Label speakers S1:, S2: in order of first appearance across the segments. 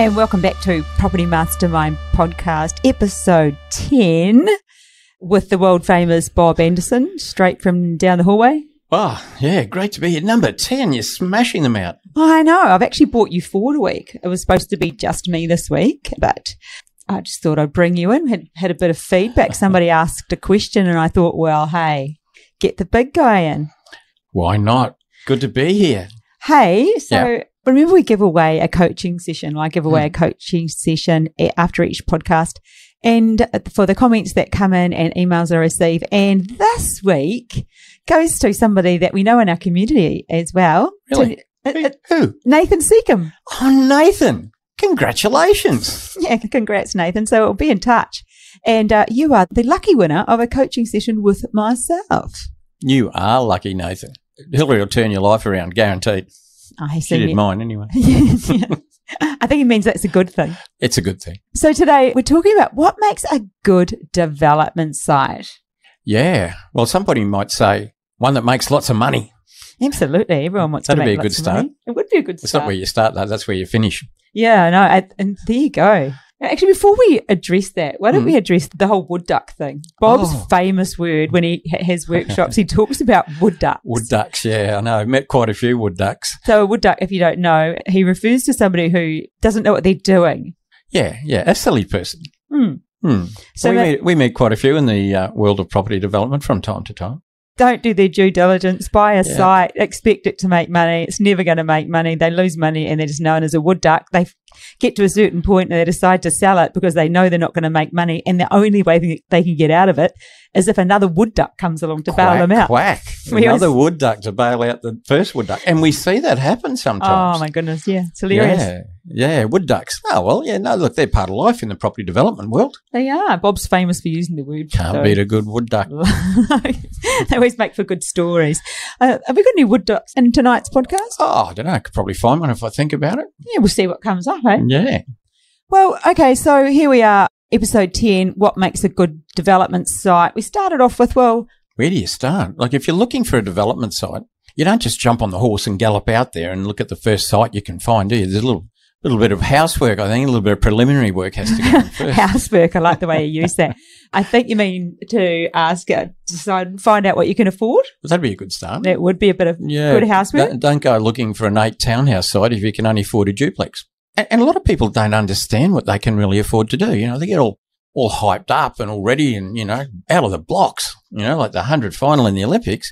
S1: And welcome back to Property Mastermind Podcast, episode 10, with the world famous Bob Anderson, straight from down the hallway.
S2: Oh, yeah, great to be here. Number 10, you're smashing them out.
S1: I know, I've actually brought you forward a week. It was supposed to be just me this week, but I just thought I'd bring you in. Had, had a bit of feedback. Somebody asked a question, and I thought, well, hey, get the big guy in.
S2: Why not? Good to be here.
S1: Hey, so remember we give away a coaching session. I give
S2: Mm.
S1: away a coaching session a- after each podcast and uh, for the comments that come in and emails I receive. And this week goes to somebody that we know in our community as well. To-
S2: Really?
S1: uh,
S2: Who-
S1: uh,
S2: Who?
S1: Nathan Seacom.
S2: Oh, Nathan. Congratulations.
S1: Yeah, congrats, Nathan. So we'll be in touch. And uh, you are the lucky winner of a coaching session with myself.
S2: You are lucky, Nathan. Hillary will turn your life around, guaranteed.
S1: I
S2: She
S1: see.
S2: did mine anyway.
S1: I think it means that's a good thing.
S2: It's a good thing.
S1: So today we're talking about what makes a good development site.
S2: Yeah. Well, somebody might say one that makes lots of money.
S1: Absolutely, everyone wants
S2: That'd
S1: to
S2: be
S1: make
S2: a
S1: lots
S2: good
S1: of money. It would be a good
S2: That's
S1: start.
S2: not where you start, though. That's where you finish.
S1: yeah, no, I, and there you go. Actually, before we address that, why don't we address the whole wood duck thing? Bob's
S2: Hmm. Oh.
S1: famous word when he ha- has workshops, he talks about wood ducks.
S2: Wood ducks. Yeah, I know. I've met quite a few wood ducks.
S1: So a wood duck, if you don't know, he refers to somebody who doesn't know what they're doing.
S2: Yeah, yeah. A silly person.
S1: Hmm.
S2: Hmm.
S1: So
S2: we,
S1: they
S2: meet, we meet quite a few in the uh, world of property development from time to time.
S1: don't do their due diligence, buy a
S2: Yeah.
S1: site, expect it to make money. It's never going to make money. They lose money and they're just known as a wood duck. They f- get to a certain point and they decide to sell it because they know they're not going to make money. And the only way they- they can get out of it is if another wood duck comes along to bail them out.
S2: Quack.
S1: We
S2: Another
S1: always-
S2: wood duck to bail out the first wood duck. And we see that happen sometimes.
S1: Oh my goodness. Yeah. It's hilarious.
S2: Yeah. Yeah, wood ducks. Oh, well, yeah, no, look, they're part of life in the property development world.
S1: They are. Bob's famous for using the word.
S2: Can't beat a good wood duck.
S1: they always make for good stories. Uh, have we got any wood ducks in tonight's podcast?
S2: Oh, I don't know. I could probably find one if I think about it.
S1: Yeah, we'll see what comes up, eh?
S2: Yeah.
S1: Well, okay, so here we are, episode 10 What Makes a Good Development Site. We started off with, well,
S2: Where do you start? Like, if you're looking for a development site, you don't just jump on the horse and gallop out there and look at the first site you can find, do you? There's a little, little bit of housework, I think, a little bit of preliminary work has to go in first.
S1: housework. I like the way you use that. I think you mean to ask, uh, decide, find out what you can afford.
S2: That'd be a good start.
S1: That would be a bit of
S2: Yeah.
S1: good housework.
S2: Don't, don't go looking for an eight townhouse site if you can only afford a duplex. And, and a lot of people don't understand what they can really afford to do. You know, they get all, all hyped up and already and, you know, out of the blocks, you know, like the 100 final in the Olympics,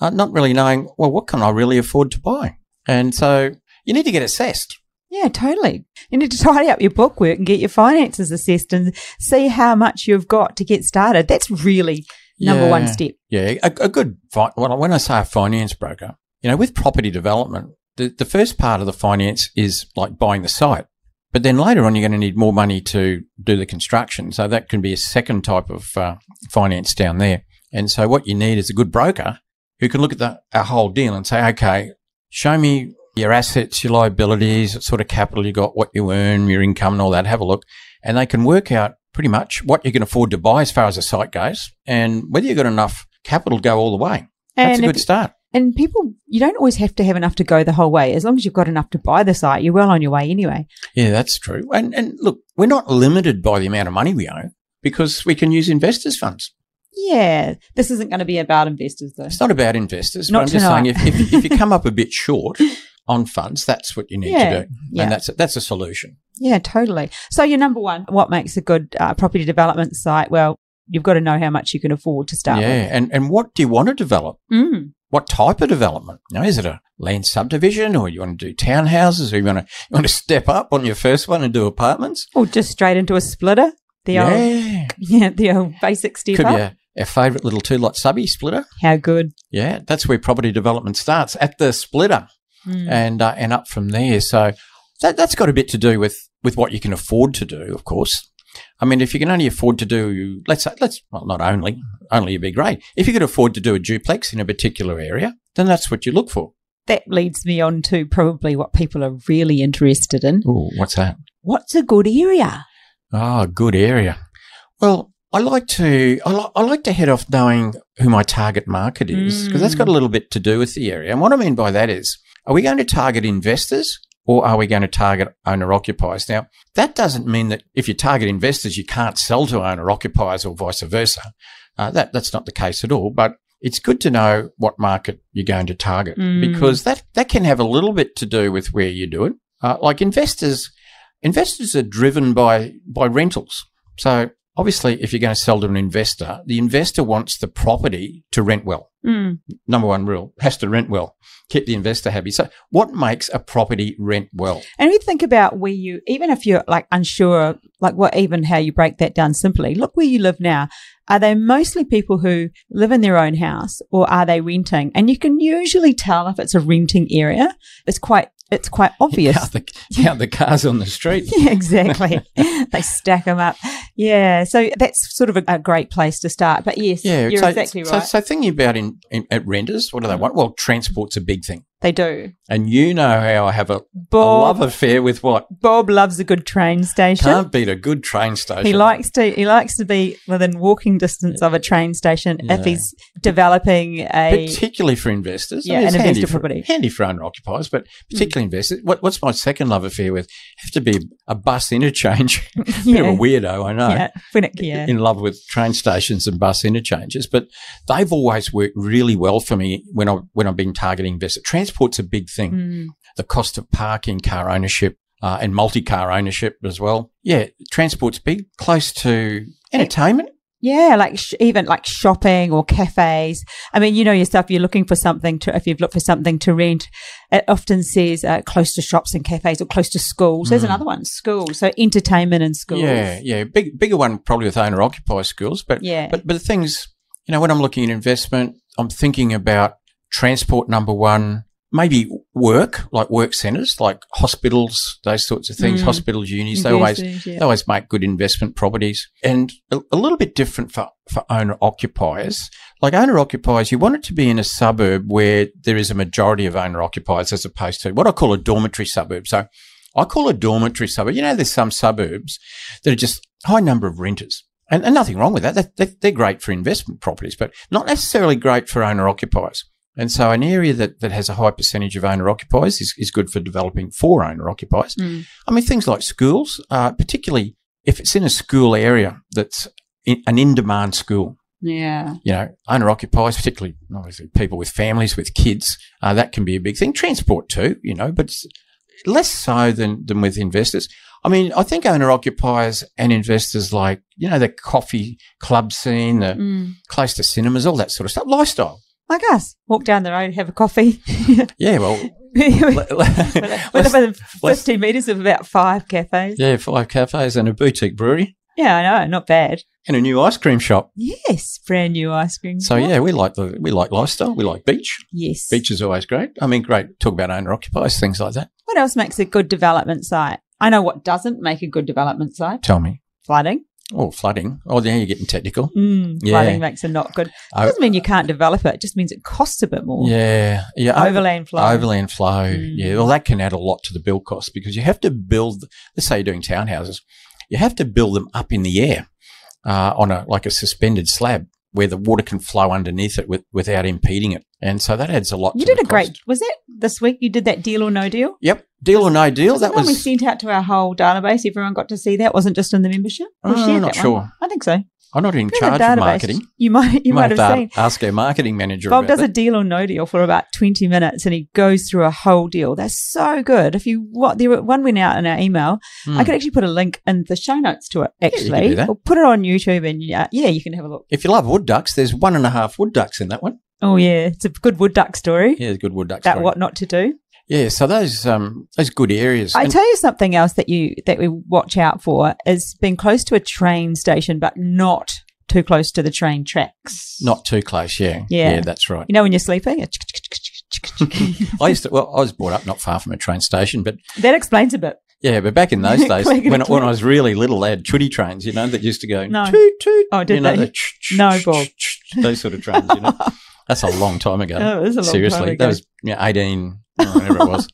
S2: uh, not really knowing, well, what can I really afford to buy? And so you need to get assessed.
S1: Yeah, totally. You need to tidy up your bookwork and get your finances assessed and see how much you've got to get started. That's really number one
S2: Yeah.
S1: step.
S2: Yeah, a, a good fi- well, when I say a finance broker, you know, with property development, the, the first part of the finance is like buying the site, but then later on, you're going to need more money to do the construction. So that can be a second type of uh, finance down there. And so what you need is a good broker who can look at the our whole deal and say, okay, show me your assets, your liabilities, what sort of capital you got, what you earn, your income, and all that. Have a look, and they can work out pretty much what you can afford to buy as far as the site goes, and whether you've got enough capital to go all the way. That's
S1: And
S2: a
S1: if
S2: good start.
S1: And people, you don't always have to have enough to go the whole way. As long as you've got enough to buy the site, you're well on your way anyway.
S2: Yeah, that's true. And and look, we're not limited by the amount of money we own because we can use investors' funds.
S1: Yeah, this isn't going to be about investors though.
S2: It's not about investors,
S1: Not
S2: but I'm just
S1: tonight.
S2: saying if, if, if you come up a bit short on funds, that's what you need
S1: Yeah,
S2: to do.
S1: yeah.
S2: And that's a, that's a solution.
S1: Yeah, totally. So your number one, what makes a good uh, property development site? Well, you've got to know how much you can afford to start
S2: yeah. And, and what do you want to develop?
S1: with. Mm.
S2: What type of development? You know, is it a land subdivision or you want to do townhouses or you want to, you want to step up on your first one and do apartments?
S1: Or just straight into a splitter. The old,
S2: yeah.
S1: yeah, the old basic step
S2: Could
S1: up.
S2: be a, a favourite little two lot subby splitter.
S1: How good?
S2: Yeah, that's where property development starts at the splitter
S1: Mm.
S2: and uh, and up from there. So that that's got a bit to do with with what you can afford to do, of course. I mean, if you can only afford to do, let's say, let's well, not only only would be great. If you could afford to do a duplex in a particular area, then that's what you look for.
S1: That leads me on to probably what people are really interested in.
S2: Oh, what's that?
S1: What's a good area?
S2: Ah, good area. Well, I like to I, li- I like to head off knowing who my target market is because that's got a little bit to do with the area. And what I mean by that is, are we going to target investors or are we going to target owner occupiers? Now, that doesn't mean that if you target investors, you can't sell to owner occupiers or vice versa. Uh, that, that's not the case at all. But it's good to know what market you're going to target
S1: Mm.
S2: because that, that can have a little bit to do with where you do it. Uh, like investors, investors are driven by, by rentals. So obviously, if you're going to sell to an investor, the investor wants the property to rent well.
S1: Mm.
S2: Number one rule has to rent well, keep the investor happy. So what makes a property rent well?
S1: And if you think about where you, even if you're like unsure, like what, even how you break that down simply, look where you live now. Are they mostly people who live in their own house or are they renting? And you can usually tell if it's a renting area. It's quite, it's quite obvious.
S2: Count the, count the cars on the street.
S1: Yeah, exactly. they stack them up. Yeah. So that's sort of a, a great place to start. But yes,
S2: Yeah,
S1: you're
S2: so,
S1: exactly
S2: so,
S1: right. Mm.
S2: so thinking about in, in at renders, what do they want? Well, transport's a big thing,
S1: they do.
S2: and you know how I have a, a
S1: Bob,
S2: love affair with what
S1: Bob loves a good train station.
S2: can't beat a good train station.
S1: He likes to he likes to be within walking distance of a train station
S2: Yeah.
S1: if he's developing a
S2: particularly for investors. I
S1: Yeah,
S2: mean, it's
S1: an
S2: handy
S1: investor
S2: for,
S1: property. Mm.
S2: handy for owner occupiers, but particularly investors. What, what's my second love affair with? Have to be a bus interchange. Bit of a
S1: Yeah.
S2: weirdo, I know.
S1: yeah, Finnick, yeah.
S2: in love with train stations and bus interchanges, but they've always worked really well for me when I when I've been targeting investors. Transport's a big thing.
S1: Mm.
S2: The cost of parking, car ownership, uh, and multi car ownership as well. Yeah, transport's big, close to entertainment.
S1: Yeah, like sh- even like shopping or cafes. I mean, you know yourself, you're looking for something to, if you've looked for something to rent, it often says uh, close to shops and cafes or close to schools. There's
S2: Mm.
S1: another one, schools. So entertainment and schools.
S2: Yeah, yeah, big bigger one probably with owner occupier schools, but
S1: Yeah.
S2: but but the things you know when I'm looking at investment, I'm thinking about transport number one. Maybe work, like work centres, like hospitals, those sorts of things,
S1: Mm.
S2: hospitals, unis, they always
S1: Universities, yeah.
S2: They always make good investment properties and a, a little bit different for, for owner occupiers. Like owner occupiers, you want it to be in a suburb where there is a majority of owner occupiers as opposed to what I call a dormitory suburb. So I call a dormitory suburb. You know, there's some suburbs that are just high number of renters. And, and nothing wrong with that. They- they- They're great for investment properties, but not necessarily great for owner occupiers. And so, an area that, that has a high percentage of owner occupiers is, is good for developing for owner occupiers.
S1: Mm.
S2: I mean, things like schools, uh, particularly if it's in a school area that's in, an in demand school,
S1: Yeah.
S2: you know, owner occupiers, particularly obviously people with families, with kids, uh, that can be a big thing. Transport too, you know, but it's less so than, than with investors. I mean, I think owner occupiers and investors like, you know, the coffee club scene, the
S1: Mm.
S2: close to cinemas, all that sort of stuff, lifestyle.
S1: Like us, walk down the road, have a coffee.
S2: Yeah, well,
S1: We're
S2: le- le- let's-
S1: within
S2: let's-
S1: 50 metres of about five cafes.
S2: yeah, five cafes and a boutique brewery
S1: Yeah, I know, not bad.
S2: and a new ice cream shop.
S1: Yes, brand new ice cream.
S2: So
S1: shop.
S2: yeah, we like the we like lifestyle. We like beach.
S1: yes.
S2: Beach is always great. I mean, great. Talk about owner occupiers, things like that.
S1: What else makes a good development site? I know what doesn't make a good development site:
S2: Tell me.
S1: flooding.
S2: Oh, flooding. Oh, now you're getting technical.
S1: Mm,
S2: Yeah.
S1: Flooding makes a not good. It
S2: Oh,
S1: doesn't mean you can't develop it. It just means it costs a bit more.
S2: yeah, yeah. over-
S1: Overland flow.
S2: Overland flow.
S1: Mm.
S2: Yeah. Well, that can add a lot to the build cost because you have to build. Let's say you're doing townhouses, you have to build them up in the air uh, on a like a suspended slab where the water can flow underneath it with, without impeding it, and so that adds a lot.
S1: you
S2: to
S1: did
S2: the
S1: a great.
S2: cost.
S1: Was that this week? You did that deal or no deal?
S2: Yep. Deal or no deal.
S1: Was
S2: That
S1: the one we
S2: was.
S1: sent out to our whole database. Everyone got to see that. Wasn't just in the membership. We
S2: Oh,
S1: shared
S2: not
S1: that one.
S2: sure.
S1: I think so.
S2: I'm not in
S1: Go to
S2: charge
S1: the
S2: of
S1: database.
S2: marketing.
S1: You might. You might have
S2: to
S1: seen.
S2: ask our marketing manager.
S1: Bob
S2: about
S1: does
S2: that.
S1: a deal or no deal for about 20 minutes and he goes through a whole deal. That's so good. If you what there were- one went out in our email,
S2: Hmm.
S1: I could actually put a link in the show notes to it
S2: you can
S1: actually.
S2: do that.
S1: Or put it on YouTube and yeah, yeah, you can have a look.
S2: If you love wood ducks, there's one and a half wood ducks in that one.
S1: Oh yeah, it's a good wood duck story.
S2: Hmm. Yeah, good wood ducks.
S1: About
S2: sorry.
S1: what not to do.
S2: Yeah, so those um those good areas.
S1: I
S2: And-
S1: tell you something else that you that we watch out for is being close to a train station, but not too close to the train tracks.
S2: not too close. Yeah,
S1: Yeah.
S2: that's right.
S1: you know when you're sleeping. It's
S2: I used to. Well, I was brought up not far from a train station, but
S1: that explains a bit.
S2: yeah, but back in those days,
S1: Click and
S2: when I- when I
S1: click.
S2: was really little, they had chitty trains, you know, that used to go
S1: No.
S2: toot toot.
S1: Oh, did
S2: you know,
S1: they?
S2: the ch- ch-
S1: No,
S2: ch-
S1: Bob.
S2: ch- ch- Those sort of trains, you know. That's a long time ago.
S1: Oh, it is a long time
S2: Seriously, that
S1: ago.
S2: was yeah, eighteen, or whatever it was,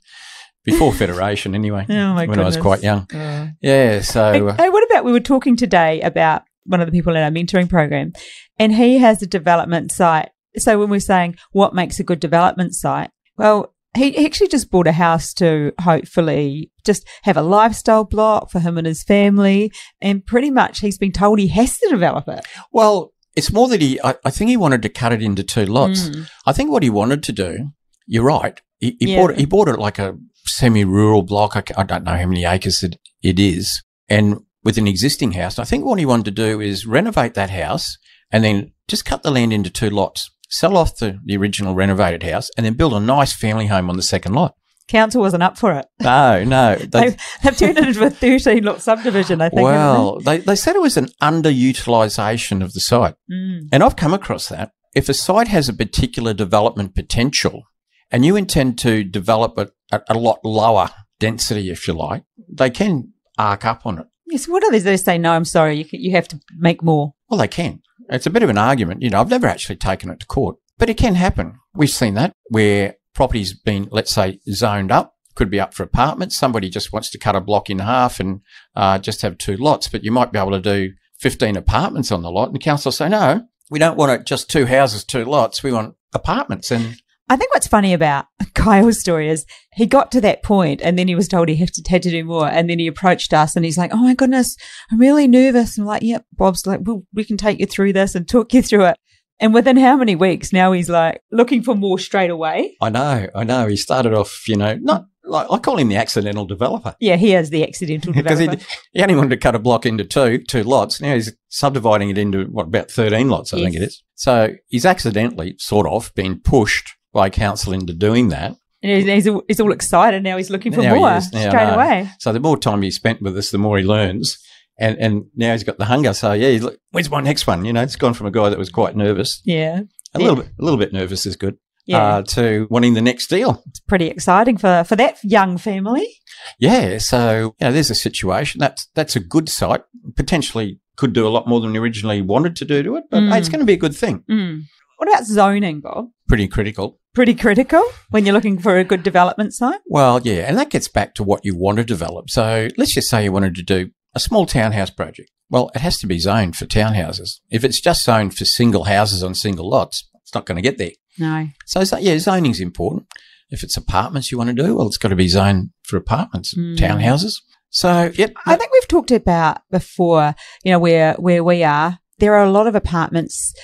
S2: before Federation, anyway.
S1: Oh, my
S2: when I was
S1: goodness.
S2: quite young.
S1: Oh.
S2: Yeah, so uh,
S1: Hey, hey, what about we were talking today about one of the people in our mentoring program, and he has a development site. So when we're saying what makes a good development site, well, He he actually just bought a house to hopefully just have a lifestyle block for him and his family. And pretty much he's been told he has to develop it.
S2: uh, Well, it's more that he, I, I think he wanted to cut it into two lots.
S1: Mm.
S2: I think what he wanted to do, you're right. He, he
S1: Yeah.
S2: bought it, he bought it like a semi-rural block. I, ca- I don't know how many acres it, it is, and with an existing house. I think what he wanted to do is renovate that house and then just cut the land into two lots, sell off the, the original renovated house, and then build a nice family home on the second lot.
S1: Council wasn't up for it.
S2: No, no,
S1: They,
S2: they,
S1: they've turned it into a 13 lot subdivision, I think. haven't
S2: well, they, they said it was an underutilization of the site.
S1: they? Mm.
S2: And I've come across that. If a site has a particular development potential and you intend to develop it at a lot lower density, if you like, they can arc up on it.
S1: Yes, what are they? They say, no, I'm sorry, you, can, you have to make more.
S2: Well, they can. It's a bit of an argument. You know, I've never actually taken it to court, but it can happen. We've seen that where property's been, let's say, zoned up, could be up for apartments. Somebody just wants to cut a block in half and uh, just have two lots, but you might be able to do 15 apartments on the lot. And the council will say, no, we don't want it just two houses, two lots. We want apartments. And
S1: I think what's funny about Kyle's story is he got to that point and then he was told he had to, had to do more. And then he approached us and he's like, Oh my goodness, I'm really nervous. And we're like, Yep. Bob's like, Well, we can take you through this and talk you through it. And within how many weeks now he's like looking for more straight away.
S2: I know, I know. He started off, you know, not like I call him the accidental developer.
S1: Yeah, he is the accidental
S2: Because he,
S1: developer.
S2: he only wanted to cut a block into two, two lots. Now he's subdividing it into what about thirteen lots, I think it
S1: Yes.
S2: is. So he's accidentally, sort of, been pushed by council into doing that.
S1: and he's, he's, all, he's all excited now. He's looking for
S2: Now he
S1: more
S2: is. Now,
S1: straight
S2: no.
S1: away.
S2: So the more time he spent with us, the more he learns. And and now he's got the hunger. So yeah, he's like, where's my next one? You know, it's gone from a guy that was quite nervous,
S1: Yeah.
S2: a
S1: Yeah.
S2: little bit, a little bit nervous is good,
S1: Yeah.
S2: uh, to wanting the next deal.
S1: it's pretty exciting for, for that young family.
S2: Yeah, so you know, there's a situation that's that's a good site. Potentially, could do a lot more than we originally wanted to do to it, but
S1: Mm.
S2: hey, it's going to be a good thing.
S1: What about zoning, Bob?
S2: Pretty critical.
S1: Pretty critical when you're looking for a good development site.
S2: Well, yeah, and that gets back to what you want to develop. So let's just say you wanted to do a small townhouse project. Well, it has to be zoned for townhouses. If it's just zoned for single houses on single lots, it's not going to get there.
S1: No.
S2: So, so yeah, zoning's important. If it's apartments you want to do, well, it's got to be zoned for apartments,
S1: Mm.
S2: townhouses. So, yep,
S1: I think we've talked about before, you know, where where we are. There are a lot of apartments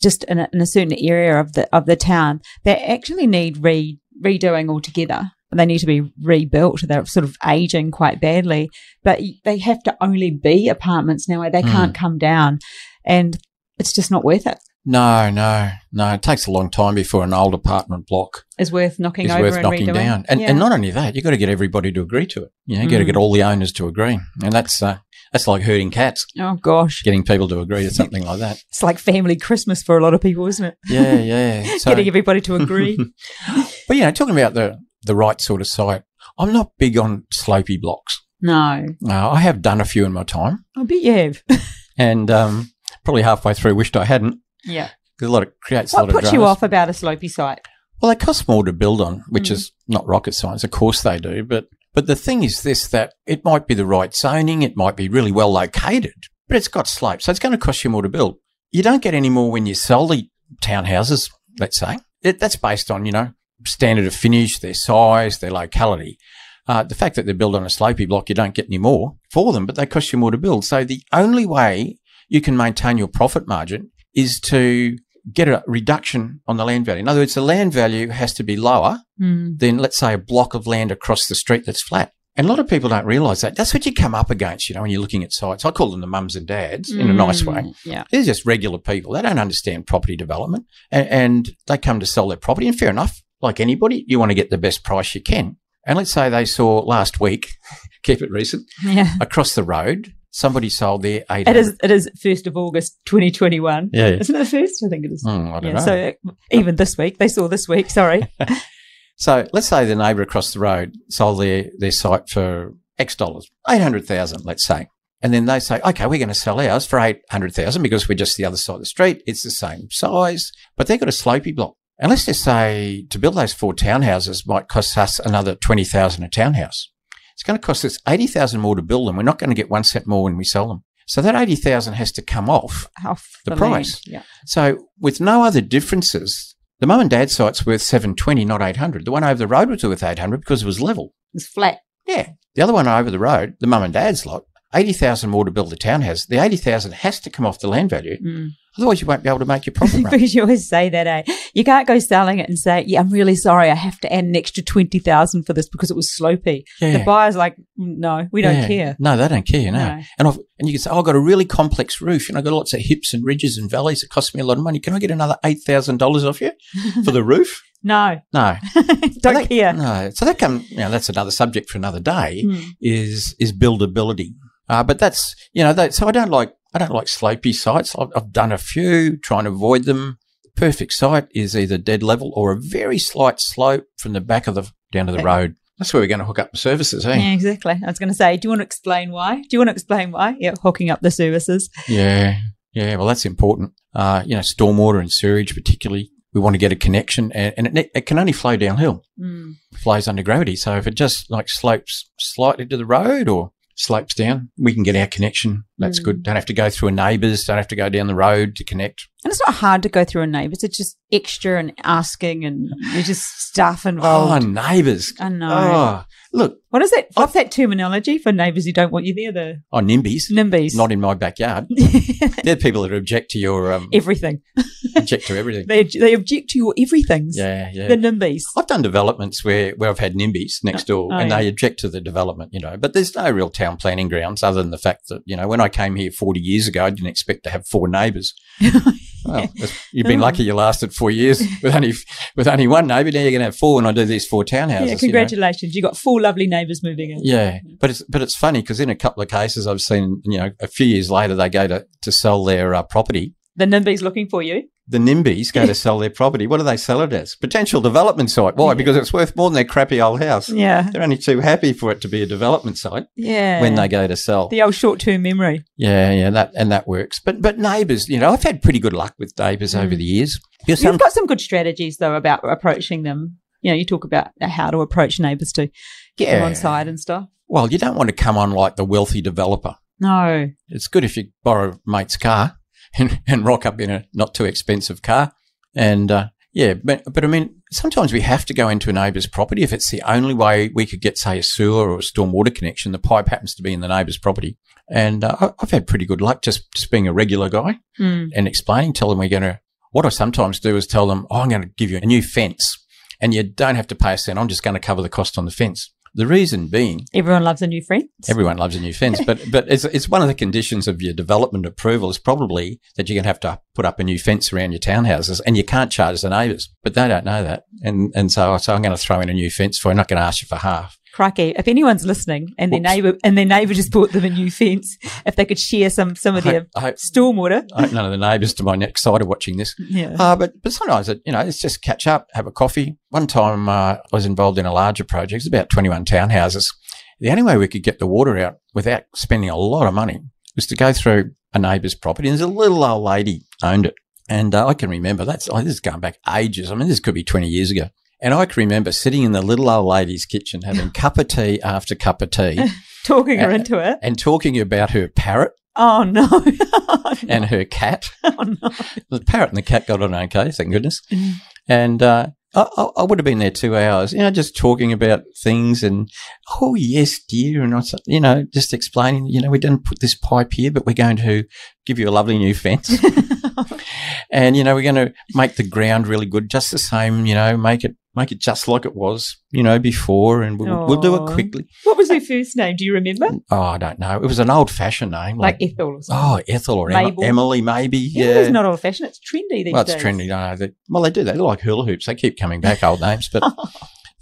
S1: just in a, in a certain area of the of the town that actually need re, redoing altogether. They need to be rebuilt. They're sort of aging quite badly, but y- they have to only be apartments now. They
S2: Hmm.
S1: can't come down, and it's just not worth it.
S2: No, no, no. It takes a long time before an old apartment block
S1: It's worth knocking
S2: is
S1: over
S2: worth
S1: and
S2: knocking
S1: redoing.
S2: down. And,
S1: Yeah.
S2: and not only that, you've got to get everybody to agree to it. You know, you've got to
S1: Mm.
S2: get all the owners to agree. And that's uh, that's like herding cats,
S1: oh gosh,
S2: getting people to agree to something like that.
S1: it's like family Christmas for a lot of people, isn't it?
S2: Yeah, yeah. So,
S1: Getting everybody to agree.
S2: but, you know, talking about the, the right sort of site, I'm not big on slopey blocks.
S1: no,
S2: Uh, I have done a few in my time
S1: I bet you have.
S2: and um, probably halfway through wished I hadn't.
S1: yeah.
S2: 'cause A lot of creates a
S1: What
S2: lot
S1: puts
S2: of
S1: you
S2: dramas.
S1: off about a slopey site?
S2: Well, they cost more to build on, which
S1: Mm.
S2: is not rocket science. Of course they do. But, but the thing is this, that it might be the right zoning. It might be really well located, but it's got slopes. So it's going to cost you more to build. You don't get any more when you sell the townhouses, let's say. It, that's based on, you know, standard of finish, their size, their locality. Uh, the fact that they're built on a slopey block, you don't get any more for them, but they cost you more to build. So the only way you can maintain your profit margin is to get a reduction on the land value. In other words, the land value has to be lower
S3: Mm.
S2: than, let's say, a block of land across the street that's flat. And a lot of people don't realise that. That's what you come up against, you know, when you're looking at sites. I call them the mums and dads in a
S1: Mm.
S2: nice way.
S1: Yeah.
S2: They're just regular people. They don't understand property development and, and they come to sell their property. And fair enough, like anybody, you want to get the best price you can. And let's say they saw last week, keep it recent,
S1: Yeah.
S2: across the road, somebody sold their 800.
S1: It is it is first of August twenty twenty one.
S2: Yeah. yeah.
S1: Isn't it the first? I think it is.
S2: Hmm, I don't
S1: yeah,
S2: know.
S1: so uh, even this week, they saw this week, sorry.
S2: So let's say the neighbour across the road sold their, their site for X dollars, 800,000, let's say. And then they say, okay, we're going to sell ours for 800,000 because we're just the other side of the street. It's the same size, but they've got a slopey block. And let's just say to build those four townhouses might cost us another 20,000 a townhouse. It's going to cost us 80,000 more to build them. We're not going to get one cent more when we sell them. So that 80,000 has to come off
S1: Half
S2: The
S1: land.
S2: price.
S1: Yeah.
S2: so, with no other differences The mum and dad site's worth 720, not 800. The one over the road was worth 800 because it was level.
S3: It's flat.
S2: Yeah. The other one over the road, the mum and dad's lot, 80,000 more to build the townhouse. The 80,000 has to come off the land value.
S3: Mm.
S2: Otherwise, you won't be able to make your profit. rate.
S1: because you always say that, eh? You can't go selling it and say, "Yeah, I'm really sorry, I have to add an extra twenty thousand for this because it was slopey."
S2: Yeah.
S1: The buyer's like, "Mm, "No, we don't
S2: Yeah.
S1: care."
S2: No, they don't care. No,
S1: No.
S2: and I've, and you can say, oh, I've got a really complex roof, and I've got lots of hips and ridges and valleys. It costs me a lot of money. Can I get another eight thousand dollars off you for the roof?
S1: No,
S2: No,
S1: don't
S2: They-
S1: care.
S2: No, so that come. You know, that's another subject for another day.
S1: Mm.
S2: Is is buildability? Uh, but that's you know that. So I don't like I don't like slopey sites. I've, I've done a few trying to avoid them. Perfect site is either dead level or a very slight slope from the back of the down to the
S1: Okay.
S2: road. That's where we're going to hook up the services, eh?
S1: Yeah, exactly. I was going to say, do you want to explain why? Do you want to explain why? Yeah, hooking up the services.
S2: Yeah. Yeah. Well, that's important. Uh, you know, stormwater and sewage, particularly, we want to get a connection and, and it, ne- it can only flow downhill,
S1: Mm.
S2: It flows under gravity. So if it just like slopes slightly to the road or slopes down, we can get our connection. That's
S1: Mm.
S2: good. Don't have to go through a neighbour's, don't have to go down the road to connect.
S1: And it's not hard to go through a neighbours. It's just extra and asking, and there's just stuff
S2: Oh,
S1: involved.
S2: neighbours.
S1: I know.
S2: Oh, look,
S1: What is that? What's that terminology for neighbours who don't want you there?
S2: oh, NIMBYs,
S1: The NIMBYs.
S2: not in my backyard. They're people that object to your, um,
S1: everything.
S2: object to everything.
S1: They, they object to your everythings.
S2: Yeah. Yeah. Oh,
S1: The NIMBYs.
S2: I've done developments where, where I've had NIMBYs next door
S1: oh,
S2: and
S1: yeah.
S2: they object to the development, you know, but there's no real town planning grounds other than the fact that, you know, when I came here 40 years ago, I didn't expect to have four neighbours. Well, that's- you've been
S1: Oh.
S2: lucky you lasted four years with only, with only one neighbour. Now you're going to have four when I do these four townhouses.
S1: Yeah,
S2: you know.
S1: congratulations. You got four lovely neighbours moving in.
S2: Yeah, but it's but it's funny because in a couple of cases I've seen you know a few years later they go to, to sell their uh, property.
S1: The NIMBY's looking for you.
S2: The NIMBYs go to sell their property. What do they sell it as? Potential development site. Why?
S1: Yeah.
S2: Because it's worth more than their crappy old house.
S1: Yeah.
S2: They're only too happy for it to be a development site
S1: Yeah.
S2: when they go to sell.
S1: The old short term memory.
S2: yeah, yeah, that and that works. But but neighbours, you know, I've had pretty good luck with neighbours over
S1: Mm.
S2: the years. You're
S1: You've got some good strategies, though, about approaching them. You know, you talk about how to approach neighbours to get them
S2: Yeah.
S1: on side and stuff.
S2: well, you don't want to come on like the wealthy developer.
S1: No.
S2: It's good if you borrow a mate's car and, and rock up in a not too expensive car. And uh, yeah, but, but I mean, sometimes we have to go into a neighbour's property if it's the only way we could get, say, a sewer or a stormwater connection. The pipe happens to be in the neighbour's property. And uh, I- I've had pretty good luck just, just being a regular guy.
S1: Mm.
S2: and explaining, tell them we're going to, what I sometimes do is tell them, oh, I'm going to give you a new fence and you don't have to pay a cent. I'm just going to cover the cost on the fence. The reason being,
S1: Everyone loves a new friend.
S2: everyone loves a new fence, but, but it's, it's one of the conditions of your development approval is probably that you're going to have to put up a new fence around your townhouses and you can't charge the neighbours, but they don't know that. And, and so I say, I'm going to throw in a new fence for you. I'm not going to ask you for half.
S1: Crikey! If anyone's listening and their
S2: Whoops.
S1: neighbour and their neighbour just bought them a new fence, if they could share some some
S2: I
S1: of
S2: hope,
S1: their
S2: I hope,
S1: stormwater,
S2: I hope none of the neighbours to my next side are watching this.
S1: yeah,
S2: Uh, but, but sometimes, it, you know, it's just catch up, have a coffee. One time uh, I was involved in a larger project, it was about 21 townhouses. The only way we could get the water out without spending a lot of money was to go through a neighbour's property. And there's a little old lady owned it. And uh, I can remember that's, oh, this is going back ages. I mean, this could be 20 years ago. And I can remember sitting in the little old lady's kitchen having cup of tea after cup of tea
S1: talking her
S2: uh,
S1: into it.
S2: and talking about her parrot
S1: Oh no! oh, no.
S2: and her cat.
S1: Oh, no.
S2: The parrot and the cat got on okay, thank goodness.
S1: Mm.
S2: And uh, I, I- I would have been there two hours, you know, just talking about things and, oh, yes, dear. And, I, s- you know, just explaining, you know, we didn't put this pipe here, but we're going to give you a lovely new fence. and, you know, we're going to make the ground really good, just the same, you know, make it. Make it just like it was, you know, before, and we'll, we'll do
S1: Aw.
S2: it quickly.
S1: What was her first name? Do you remember?
S2: Oh, I don't know. It was an old-fashioned name,
S1: Like
S2: like,
S1: Ethel or something.
S2: oh, Ethel or Emma,
S1: Mabel.
S2: Emily, maybe. Yeah,
S1: Ethel is not old fashioned. It's trendy these
S2: well, it's
S1: days.
S2: trendy. I know. They, well, they do. They look like hula hoops. They keep coming back, old names. But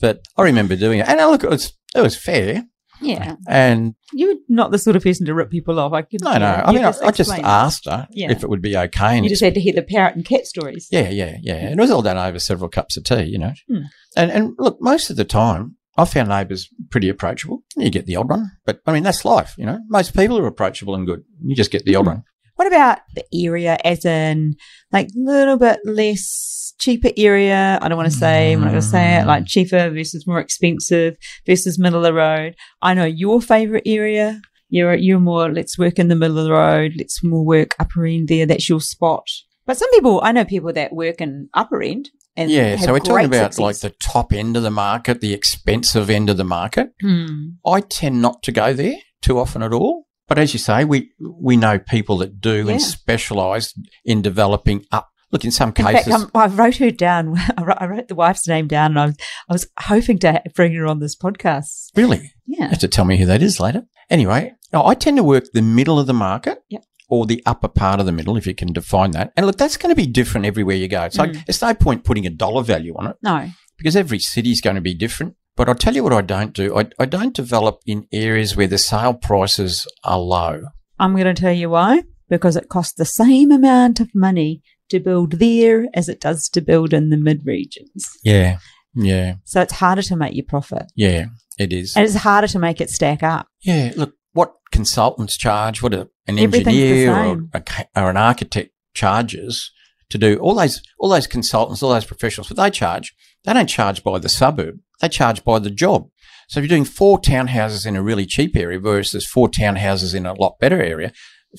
S2: but I remember doing it. And I look, it was, it was fair.
S1: Yeah,
S2: And
S1: you're not the sort of person to rip people off. I could
S2: no, no. I
S1: You
S2: mean, I, I just
S1: explained.
S2: asked her
S1: Yeah.
S2: if it would be okay. And
S1: You just had to hear the parrot and cat stories.
S2: yeah, yeah, yeah. And it was all done over several cups of tea, you know.
S1: Hmm.
S2: And, and look, most of the time, I found neighbours pretty approachable. You get the odd one. But I mean, that's life, you know. Most people are approachable and good. You just get the odd
S1: Hmm.
S2: one.
S1: What about the area as in like little bit less cheaper area? I don't want to say, I'm not going to say it,
S2: Mm.
S1: like cheaper versus more expensive versus middle of the road. I know your favorite area. You're, you're more, let's work in the middle of the road. Let's more work upper end there. That's your spot. But some people, I know people that work in upper end And
S2: yeah.
S1: had
S2: So we're talking
S1: great
S2: about like
S1: success.
S2: the top end of the market, the expensive end of the market.
S1: Hmm.
S2: I tend not to go there too often at all. But as you say, we we know people that do and
S1: Yeah.
S2: specialise in developing up. Look, in some
S1: In
S2: cases,
S1: fact, um, I'm, I wrote her down. I wrote- I wrote the wife's name down, and I was I was hoping to bring her on this podcast.
S2: really, you
S1: Yeah,
S2: have to tell me who that is later. Anyway, now I tend to work the middle of the market
S1: Yep.
S2: or the upper part of the middle, if you can define that. And look, that's going to be different everywhere you go. So
S1: Mm.
S2: it's no point putting a dollar value on it
S1: no,
S2: because every city's going to be different. But I'll tell you what I don't do. I, I don't develop in areas where the sale prices are low.
S1: I'm going to tell you why. Because it costs the same amount of money to build there as it does to build in the mid regions.
S2: Yeah. Yeah.
S1: So it's harder to make your profit,
S2: Yeah. It is.
S1: and it's harder to make it stack up.
S2: Yeah, look, what consultants charge, what a, an
S1: Everything's the
S2: engineer or,
S1: same.
S2: a ca- or an architect charges to do all those all those consultants, all those professionals, what they charge, they don't charge by the suburb, they charge by the job. So if you're doing four townhouses in a really cheap area versus four townhouses in a lot better area,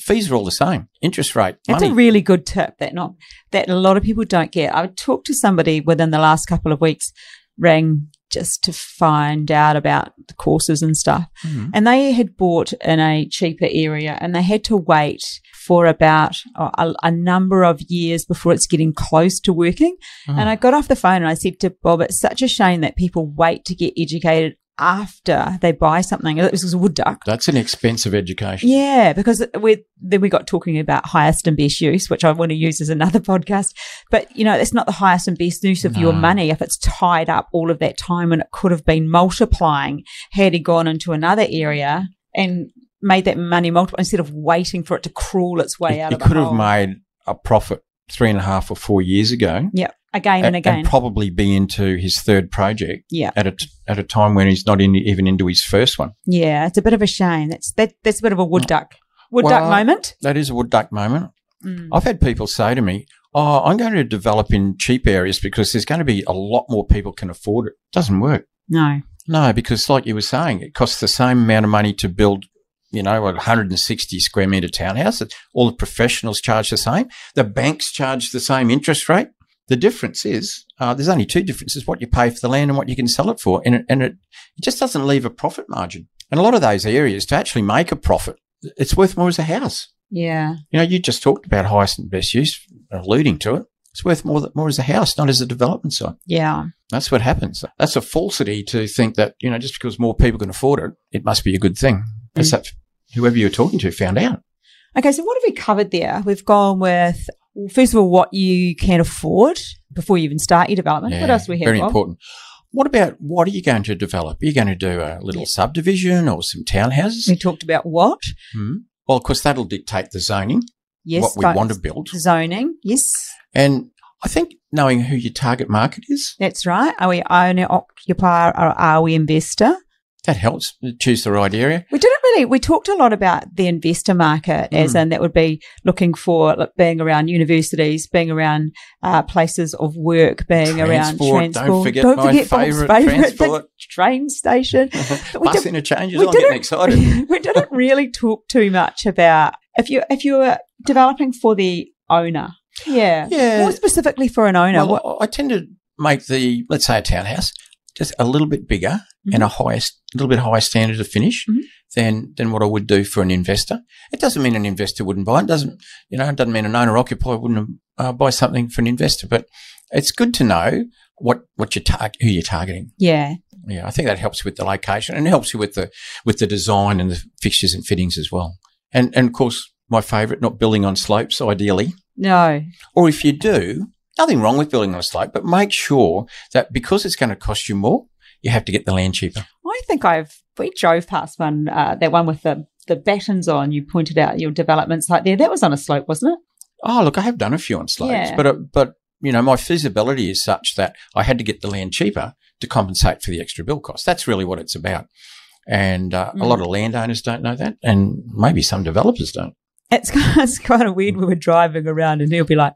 S2: fees are all the same. Interest rate,
S1: That's
S2: money.
S1: a really good tip that not that a lot of people don't get. I talked to somebody within the last couple of weeks, rang just to find out about the courses and stuff.
S2: Mhm.
S1: And they had bought in a cheaper area and they had to wait for about uh, a, a number of years before it's getting close to working. And I got off the phone and I said to Bob, it's such a shame that people wait to get educated after they buy something. This was wood duck.
S2: That's an expensive education.
S1: Yeah, because we then we got talking about highest and best use, which I want to use as another podcast. But you know, it's not the highest and best use of your
S2: No.
S1: money if it's tied up all of that time and it could have been multiplying had it gone into another area and made that money multiply instead of waiting for it to crawl its way out
S2: It,
S1: of
S2: it
S1: the
S2: could have
S1: hole.
S2: made a profit three and a half or four years ago.
S1: yeah, again and,
S2: and,
S1: again.
S2: and probably be into his third project
S1: yeah,
S2: at a t- at a time when he's not in, even into his first one.
S1: yeah, it's a bit of a shame. That's that, that's a bit of a wood duck, wood
S2: Well,
S1: duck moment.
S2: That is a wood duck moment.
S1: Mm.
S2: I've had people say to me, "Oh, I'm going to develop in cheap areas because there's going to be a lot more people can afford it." Doesn't work.
S1: No,
S2: No, because like you were saying, it costs the same amount of money to build, you know, a 160 square meter townhouse. All the professionals charge the same. The banks charge the same interest rate. The difference is uh, there's only two differences: what you pay for the land and what you can sell it for, and it, and it, it just doesn't leave a profit margin. And a lot of those areas to actually make a profit, it's worth more as a house.
S1: yeah,
S2: You know, you just talked about highest and best use, alluding to it. It's worth more th- more as a house, not as a development site.
S1: yeah,
S2: That's what happens. That's a falsity to think that, you know, just because more people can afford it, it must be a good thing.
S1: Mm.
S2: That's that whoever you're talking to found out.
S1: Okay, so what have we covered there? We've gone with well, first of all what you can afford before you even start your development. what else do we have?
S2: Very
S1: Bob?
S2: important. What about what are you going to develop? Are you going to do a little
S1: Yeah.
S2: subdivision or some townhouses?
S1: We talked about what?
S2: Hmm. Well, of course, that'll dictate the zoning,
S1: Yes,
S2: what we
S1: but-
S2: want to build.
S1: zoning. Yes,
S2: And I think knowing who your target market is,
S1: that's right. Are we owner occupier or are we investor?
S2: that helps choose the right area.
S1: We didn't really. We talked a lot about the investor market, as
S2: Mm.
S1: in that would be looking for like, being around universities, being around uh, places of work, being around
S2: Transport, don't
S1: transport.
S2: forget my
S1: Bob's favourite,
S2: favourite,
S1: the
S2: transport.
S1: train station. But we
S2: Bus
S1: did-
S2: interchanges,
S1: we
S2: I'm getting
S1: didn't-
S2: excited.
S1: we didn't really talk too much about if you if you're developing for the owner. Yeah.
S2: Yeah.
S1: More specifically for an owner. what,
S2: Well, I I tend to make the, let's say, a townhouse just a little bit bigger and a higher, a little bit higher standard of finish
S1: Mhm.
S2: than than what I would do for an investor. It doesn't mean an investor wouldn't buy. It doesn't, you know, it doesn't mean an owner occupier wouldn't uh, buy something for an investor. But it's good to know what what you tar- who you're targeting.
S1: yeah.
S2: Yeah, I think that helps with the location and helps you with the with the design and the fixtures and fittings as well. And and of course, my favourite, not building on slopes, ideally.
S1: No.
S2: Or if you do, nothing wrong with building on a slope, but make sure that because it's going to cost you more, you have to get the land cheaper.
S1: I think I've we drove past one uh, that one with the the battens on. You pointed out your development site there. That was on a slope, wasn't it?
S2: Oh, look, I have done a few on slopes,
S1: Yeah.
S2: but uh, but you know, my feasibility is such that I had to get the land cheaper to compensate for the extra bill cost. That's really what it's about. And uh, a
S1: Mm.
S2: lot of landowners don't know that, and maybe some developers don't.
S1: It's kind of, it's kind of weird. We were driving around, and he'll be like,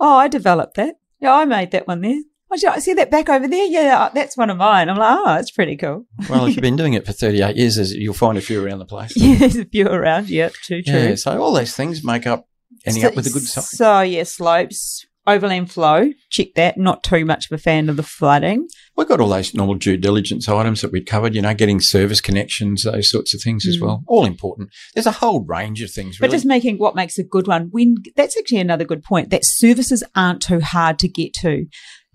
S1: "Oh, I developed that. Yeah, I made that one there. Oh, do you see that back over there? Yeah, that's one of mine." I'm like, "Oh, that's pretty cool."
S2: Well, if you've been doing it for 38 years, there's- you'll find a few around the place.
S1: Yeah, there's a few around. Yeah, too true.
S2: Yeah, so all those things make up ending
S1: So-
S2: up with a good side.
S1: So yeah, slopes, Overland flow, check that. Not too much of a fan of the flooding.
S2: We've got all those normal due diligence items that we covered, you know, getting service connections, those sorts of things as
S1: Mm.
S2: well. All important. There's a whole range of things,
S1: But
S2: really.
S1: just making what makes a good one when that's actually another good point that services aren't too hard to get to.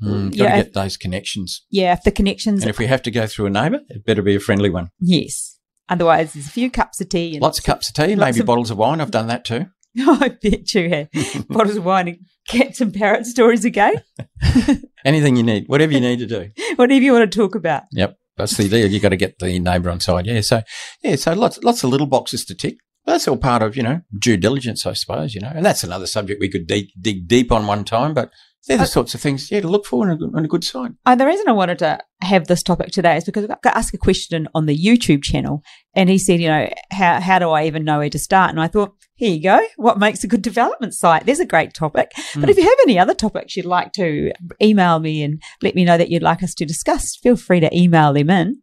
S2: Mm, got
S1: yeah.
S2: to get those connections.
S1: Yeah, if the connections,
S2: And if we have to go through a neighbour, it better be a friendly one.
S1: yes. Otherwise, there's a few cups of tea and
S2: Lots of cups of tea,
S1: lots
S2: maybe
S1: of-
S2: bottles of wine. I've done that too.
S1: I bet you have bottles of wine and cats and parrot stories again.
S2: Anything you need, whatever you need to do.
S1: Whatever you want to talk about.
S2: Yep, that's the deal. You got to get the neighbour on side. Yeah, so yeah, so lots lots of little boxes to tick. That's all part of you know due diligence, I suppose. You know, and that's another subject we could dig, dig deep on one time. But they're the
S1: Uh,
S2: sorts of things yeah to look for on a, good- on a good site.
S1: Uh, the reason I wanted to have this topic today is because I got asked a question on the YouTube channel, and he said, you know, how, how do I even know where to start? And I thought, here you go. What makes a good development site? There's a great topic. But
S2: Mm.
S1: if you have any other topics you'd like to email me and let me know that you'd like us to discuss, feel free to email them in.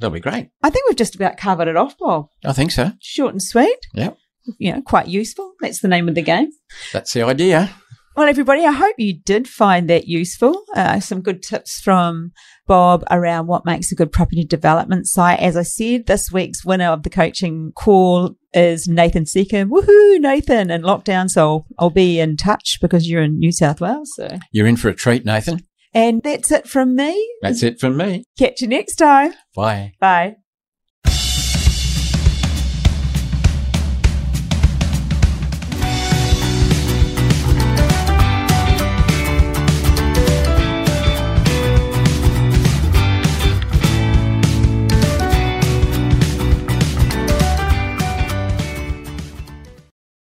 S2: That'll be great.
S1: I think we've just about covered it off, Bob.
S2: I think so.
S1: Short and sweet.
S2: Yep.
S1: You know, quite useful. That's the name of the game.
S2: That's the idea.
S1: Well, everybody, I hope you did find that useful. Uh, some good tips from Bob around what makes a good property development site. As I said, this week's winner of the coaching call is Nathan Seacombe. Woohoo, Nathan, in lockdown. So I'll, I'll be in touch because you're in New South Wales. So.
S2: You're in for a treat, Nathan.
S1: And that's it from me.
S2: That's it from me.
S1: Catch you next time.
S2: Bye.
S1: Bye.